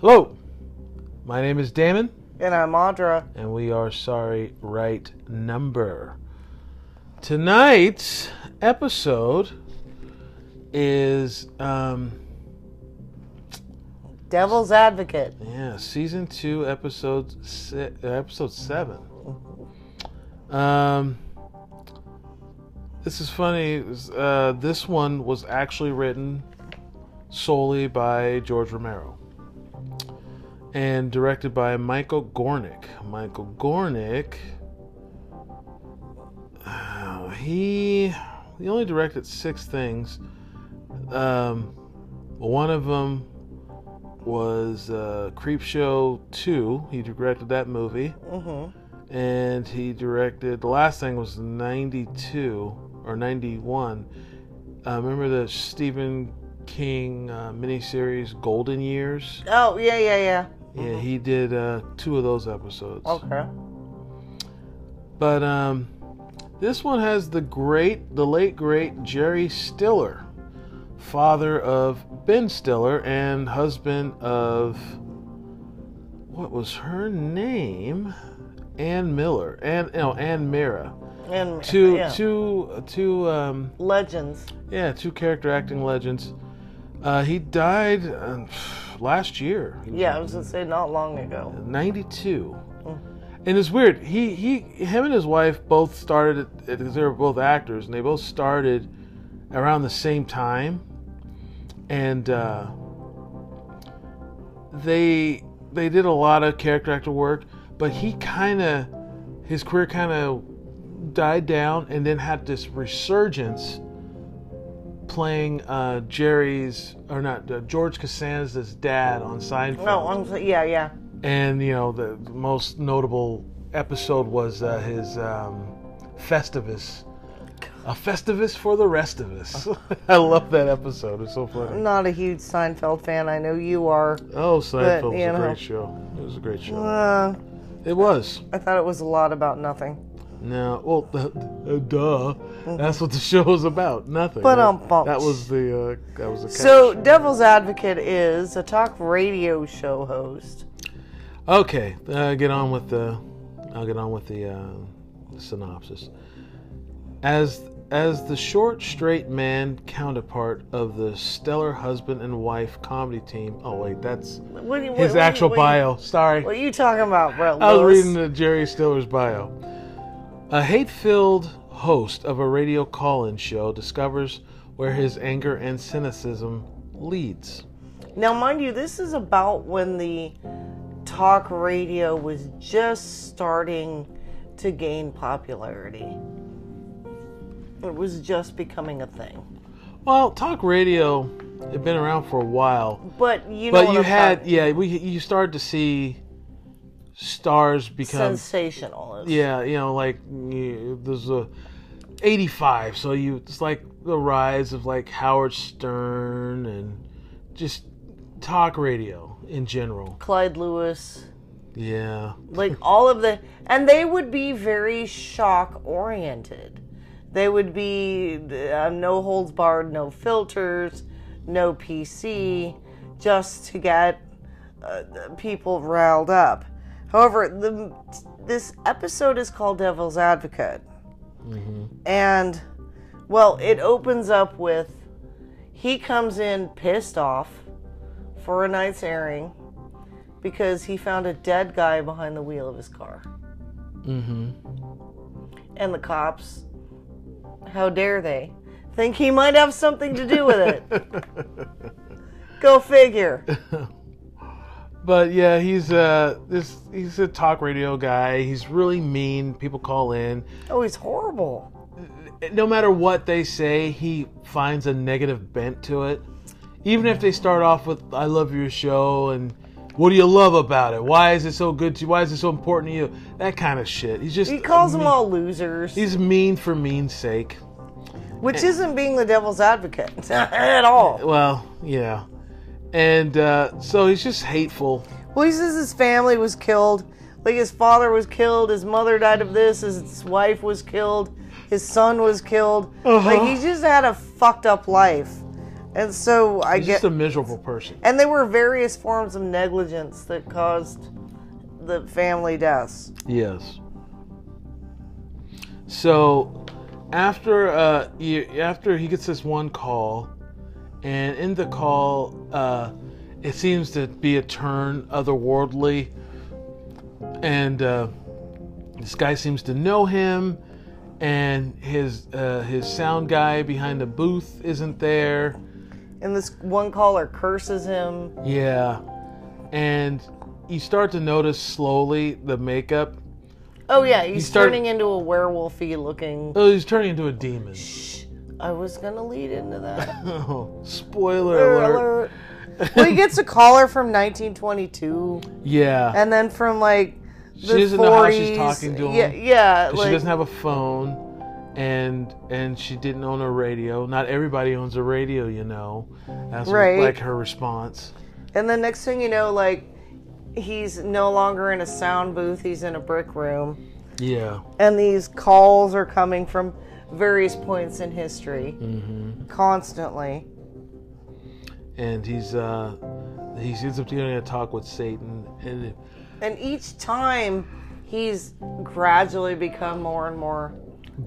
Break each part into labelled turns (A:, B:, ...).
A: Hello, my name is Damon,
B: And I'm Audra.
A: and we are Sorry Right Number. Tonight's episode is, um,
B: Devil's Advocate.
A: yeah, season two, episode si- uh, episode seven. Um, this is funny. it was, Uh, this one was actually written solely by George Romero and directed by Michael Gornick. Michael Gornick, uh, he he only directed six things. Um, one of them was uh, Creepshow Two. He directed that movie
B: Mm-hmm.
A: and he directed the last thing was 92 or 91 uh, remember the stephen king uh, miniseries golden years
B: Oh, yeah, yeah, yeah.
A: yeah he did uh, two of those episodes
B: Okay.
A: but um, this one has the great the late great jerry stiller father of ben stiller and husband of what was her name ann miller ann no ann mira
B: And
A: two
B: yeah.
A: two two um
B: legends.
A: yeah two character acting legends uh he died uh, last year He was
B: Yeah, I was gonna say not long ago.
A: 92
B: Mm.
A: and it's weird he he him and his wife both started because they were both actors and they both started around the same time and uh they they did a lot of character actor work but he kind of his career kind of died down and then had this resurgence playing uh, Jerry's or not uh, George Costanza's dad on Seinfeld.
B: No, I'm so- yeah, yeah.
A: and you know the most notable episode was uh, his um, Festivus. A Festivus for the rest of us. I love that episode. It's so funny.
B: I'm not a huge Seinfeld fan. I know you are.
A: Oh, Seinfeld was
B: you
A: a
B: know.
A: great show. It was a great show.
B: Uh,
A: It was.
B: I thought it was a lot about nothing.
A: No, well, uh, duh. That's what the show was about. Nothing.
B: But, um,
A: that,
B: bumps.
A: that was the uh, that was the.
B: So,
A: catch.
B: Devil's Advocate is a talk radio show host.
A: Okay, uh, get on with the. I'll get on with the uh, synopsis. As as the short, straight man counterpart of the stellar husband and wife comedy team. Oh wait, that's
B: What, do you-
A: his
B: what-
A: actual
B: what,
A: bio. Sorry,
B: What are you talking about, Brett?
A: I was
B: Lewis?
A: reading the Jerry Stiller's bio. A hate-filled host of a radio call-in show discovers where his anger and cynicism leads.
B: Now, mind you, this is about when the talk radio was just starting to gain popularity. It was just becoming a thing.
A: Well, talk radio had been around for a while.
B: But you know,
A: But
B: what
A: you
B: I'm
A: had,
B: talking-
A: yeah, we you started to see stars become,
B: sensational. is-
A: yeah, you know, like you, there's a 85, so you it's like the rise of like Howard Stern and just talk radio in general.
B: Clyde Lewis,
A: Yeah,
B: like all of the, and they would be very shock oriented. They would be uh, no holds barred, no filters, no PC, just to get uh, the people riled up. However, the, this episode is called Devil's Advocate, and well, it opens up with he comes in pissed off for a night's airing because he found a dead guy behind the wheel of his car.
A: mm-hmm.
B: And the cops, how dare they, think he might have something to do with it. Go figure.
A: But yeah, he's uh this he's a talk radio guy. He's really mean. People call in.
B: Oh, he's horrible.
A: no matter what they say, he finds a negative bent to it. Even if they start off with "I love your show" and "What do you love about it? Why is it so good to you? Why is it so important to you?" That kind of shit. He's just
B: He calls
A: mean,
B: them all losers,
A: He's mean for mean's sake.
B: which isn't being the devil's advocate at all.
A: Well, yeah, and uh, so he's just hateful.
B: Well, he says his family was killed. Like his father was killed, his mother died of this, his wife
A: Uh-huh.
B: was killed, his son was killed. Like he just had a fucked up life. And so I
A: He's
B: get
A: just a miserable person.
B: and there were various forms of negligence that caused the family deaths.
A: Yes. So, after uh, you, after he gets this one call, and in the call, uh, it seems to be a turn otherworldly, and uh, this guy seems to know him, and his uh, his sound guy behind the booth isn't there.
B: And this one caller curses him.
A: Yeah, and you start to notice slowly the makeup.
B: Oh yeah, he's
A: start-
B: turning into a werewolfy looking.
A: Oh, he's turning into a demon.
B: Shh, I was gonna lead into that.
A: Oh, spoiler
B: Spoiler
A: alert.
B: alert. well, he gets a caller from 1922,
A: Yeah.
B: and then from like the
A: She doesn't
B: 40s.
A: know how she's talking to him.
B: Yeah, yeah.
A: 'Cause
B: Like,
A: she doesn't have a phone and and she didn't own a radio. Not everybody owns a radio, you know. That's
B: Right.
A: like her response.
B: And the next thing you know, like he's no longer in a sound booth; he's in a brick room.
A: Yeah.
B: and these calls are coming from various points in history
A: Mm-hmm.
B: constantly
A: And he's uh he ends up doing a talk with Satan and
B: and each time he's gradually become more and more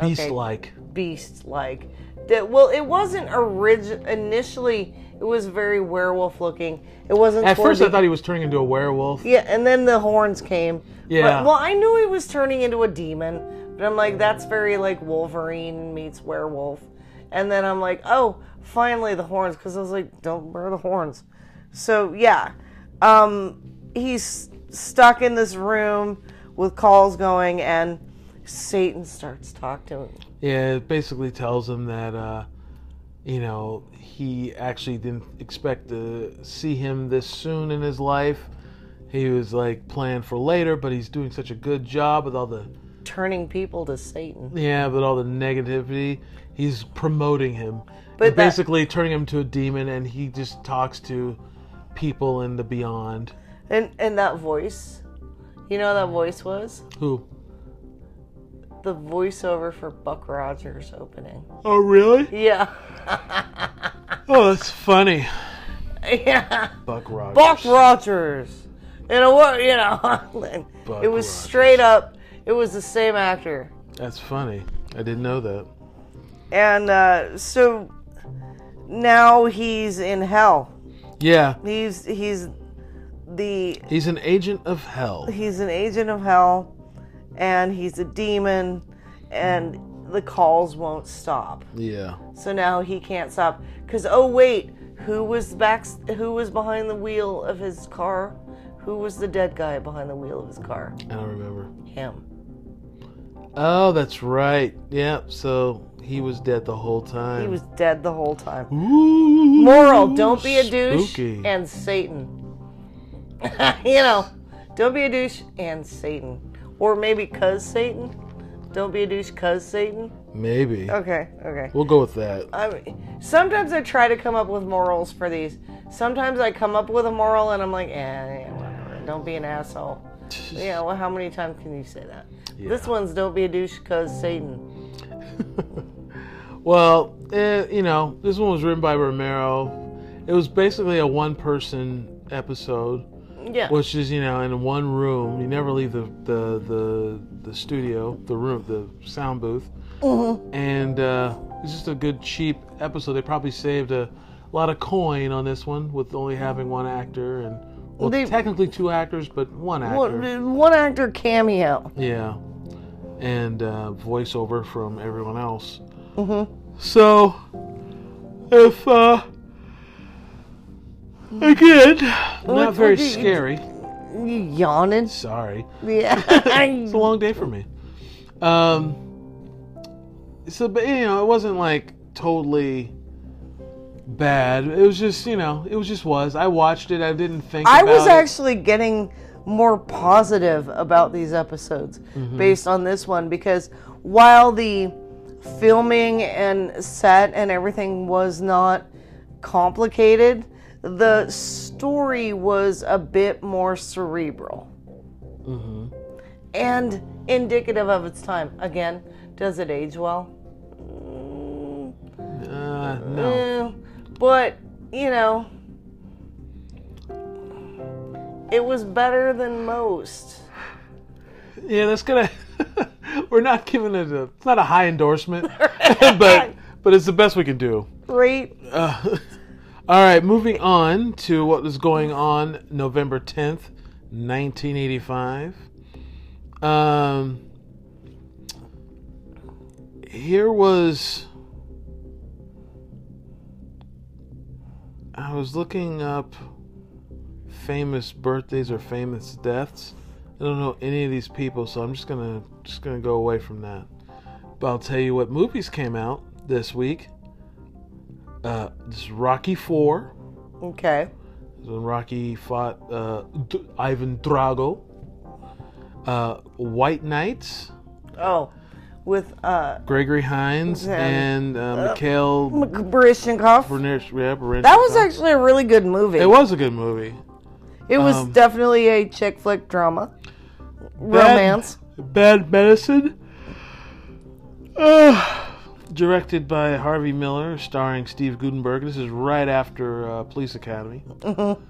A: beast like.
B: beast like that well it wasn't origin initially it was very werewolf looking it wasn't
A: At
B: toward
A: first
B: the-
A: I thought he was turning into a werewolf.
B: yeah and then the horns came
A: Yeah.
B: But- well i knew he was turning into a demon but i'm like that's very like wolverine meets werewolf and then i'm like oh finally the horns because i was like don't wear the horns so yeah um he's stuck in this room with calls going and satan starts talking to him
A: Yeah, it basically tells him that uh you know, he actually didn't expect to see him this soon in his life. He was like planned for later, but he's doing such a good job with all the
B: turning people to satan
A: yeah, but all the negativity. He's promoting him,
B: But
A: but
B: that-
A: basically turning him to a demon, and he just talks to people in the beyond.
B: and and that voice you know what that voice was
A: Who?
B: the voiceover for buck rogers opening
A: Oh, really?
B: yeah
A: Oh, that's funny.
B: yeah
A: Buck Rogers.
B: Buck Rogers. In a word, you know,
A: Buck
B: it was
A: Rogers.
B: straight up. It was the same actor,
A: That's funny. I didn't know that.
B: and uh, so now he's in hell.
A: Yeah,
B: He's he's the
A: he's an agent of hell.
B: he's an agent of hell, and he's a demon, and the calls won't stop.
A: Yeah.
B: So now he can't stop. Cause oh wait, who was back? Who was behind the wheel of his car? Who was the dead guy behind the wheel of his car?
A: I don't remember.
B: Him.
A: Oh, that's right. Yeah, so he was dead the whole time.
B: He was dead the whole time.
A: Ooh,
B: Moral: Don't be a douche
A: spooky.
B: and Satan. you know, don't be a douche and Satan, or maybe cause Satan. Don't be a douche cause Satan.
A: Maybe.
B: Okay, okay.
A: We'll go with that.
B: I mean, sometimes I try to come up with morals for these. Sometimes I come up with a moral and I'm like, eh, yeah, whatever. Don't be an asshole. Yeah, well, how many times can you say that? This one's don't be a douche cause Satan.
A: Well, eh, you know, this one was written by Romero. It was basically a one person episode,
B: Yeah.
A: which is, you know, in one room. You never leave the, the, the, the studio, the room, the sound booth. And uh, it's just a good, cheap episode. They probably saved a lot of coin on this one with only having one actor and, well,
B: They-
A: technically two actors, but one actor.
B: One, one actor cameo.
A: Yeah, and uh, voiceover from everyone else. Mm-hmm. So, if uh, again, not very
B: what do you-
A: scary.
B: You yawning?
A: Sorry,
B: Yeah.
A: it's
B: Hmm.
A: a long day for me. Um, so but you know, it wasn't like totally bad. It was just you know, it was just was. I watched it. I didn't think.
B: I
A: about
B: was
A: it.
B: actually getting more positive about these episodes based on this one because while the filming and set and everything was not complicated, the story was a bit more cerebral and indicative of its time. Again, does it age well?
A: Uh, no.
B: Eh, But, you know, it was better than most.
A: Yeah, that's gonna. we're not giving it a. It's not a high endorsement, but but it's the best we can do.
B: Great.
A: Uh, all right, moving on to what was going on November 10th, 1985. Um, here was. I was looking up famous birthdays or famous deaths. I don't know any of these people, so I'm just gonna just gonna go away from that. But I'll tell you what movies came out this week. Uh, this is Rocky Four.
B: Okay.
A: This is when Rocky fought uh, D- Ivan Drago. Uh, White Knights,
B: Oh, with uh,
A: Gregory Hines,
B: Yeah.
A: and uh, Mikhail
B: Baryshnikov.
A: Bernish. Yeah, Bernish-
B: That was actually a really good movie.
A: It was a good movie.
B: It was
A: um,
B: definitely a chick flick drama,
A: Bad-
B: romance.
A: Bad Medicine. Ugh. directed by Harvey Miller, starring Steve Gutenberg. This is right after uh, Police Academy.
B: Mm-hmm.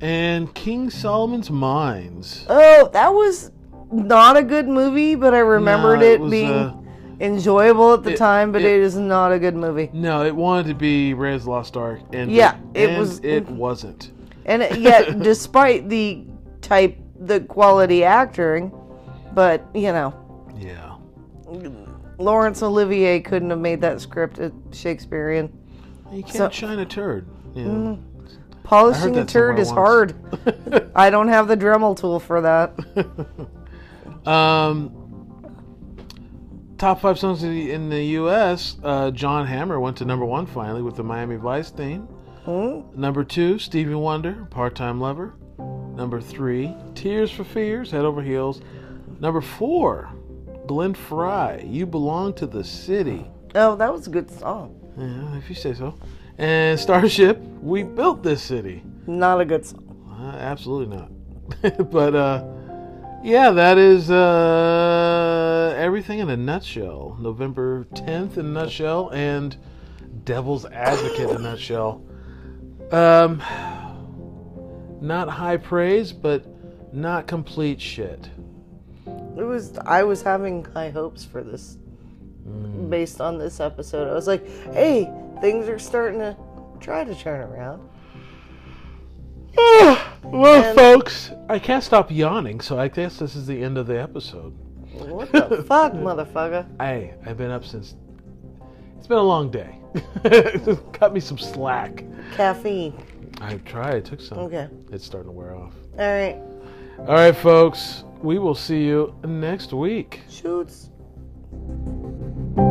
A: and King Solomon's Mines.
B: Oh, that was not a good movie, but I remembered
A: No,
B: it,
A: it was,
B: being
A: uh,
B: enjoyable at the
A: it-
B: time. But
A: it-
B: it is not a good movie,
A: No, it wanted to be Ray's Lost Ark, and
B: Yeah, it
A: and
B: was-
A: It wasn't.
B: and it, yet, despite the type, the quality acting, but you know,
A: Yeah.
B: Laurence Olivier couldn't have made that script at Shakespearean.
A: You can't
B: So-
A: shine a turd. Yeah.
B: Polishing a
A: that
B: turd
A: somewhere
B: is
A: once.
B: hard. I don't have the Dremel tool for that.
A: Um, top five songs in the, in the U.S. Uh, John Hammer went to number one finally with the Miami Vice theme.
B: Mm-hmm.
A: Number two, Stevie Wonder, Part-Time Lover. Number three, Tears for Fears, Head Over Heels. Number four, Glenn Fry, You Belong to the City.
B: Oh, that was a good song.
A: Yeah, if you say so. And Starship, We Built This City.
B: Not a good song.
A: Uh, absolutely not. but uh, yeah, that is uh, everything in a nutshell. November 10th in a nutshell, and Devil's Advocate in a nutshell. Um, not high praise, but not complete shit.
B: It was. I was having high hopes for this,
A: Mm.
B: based on this episode. I was like, "Hey, things are starting to try to turn around."
A: Ah, well,
B: And-
A: folks, I can't stop yawning, so I guess this is the end of the episode.
B: What the fuck, motherfucker?
A: Hey, I've been up since. It's been a long day. Cut me some slack.
B: Caffeine.
A: I tried. I took some.
B: Okay.
A: It's starting to wear off.
B: All right.
A: All right, folks. We will see you next week.
B: Shoots.
A: Bye.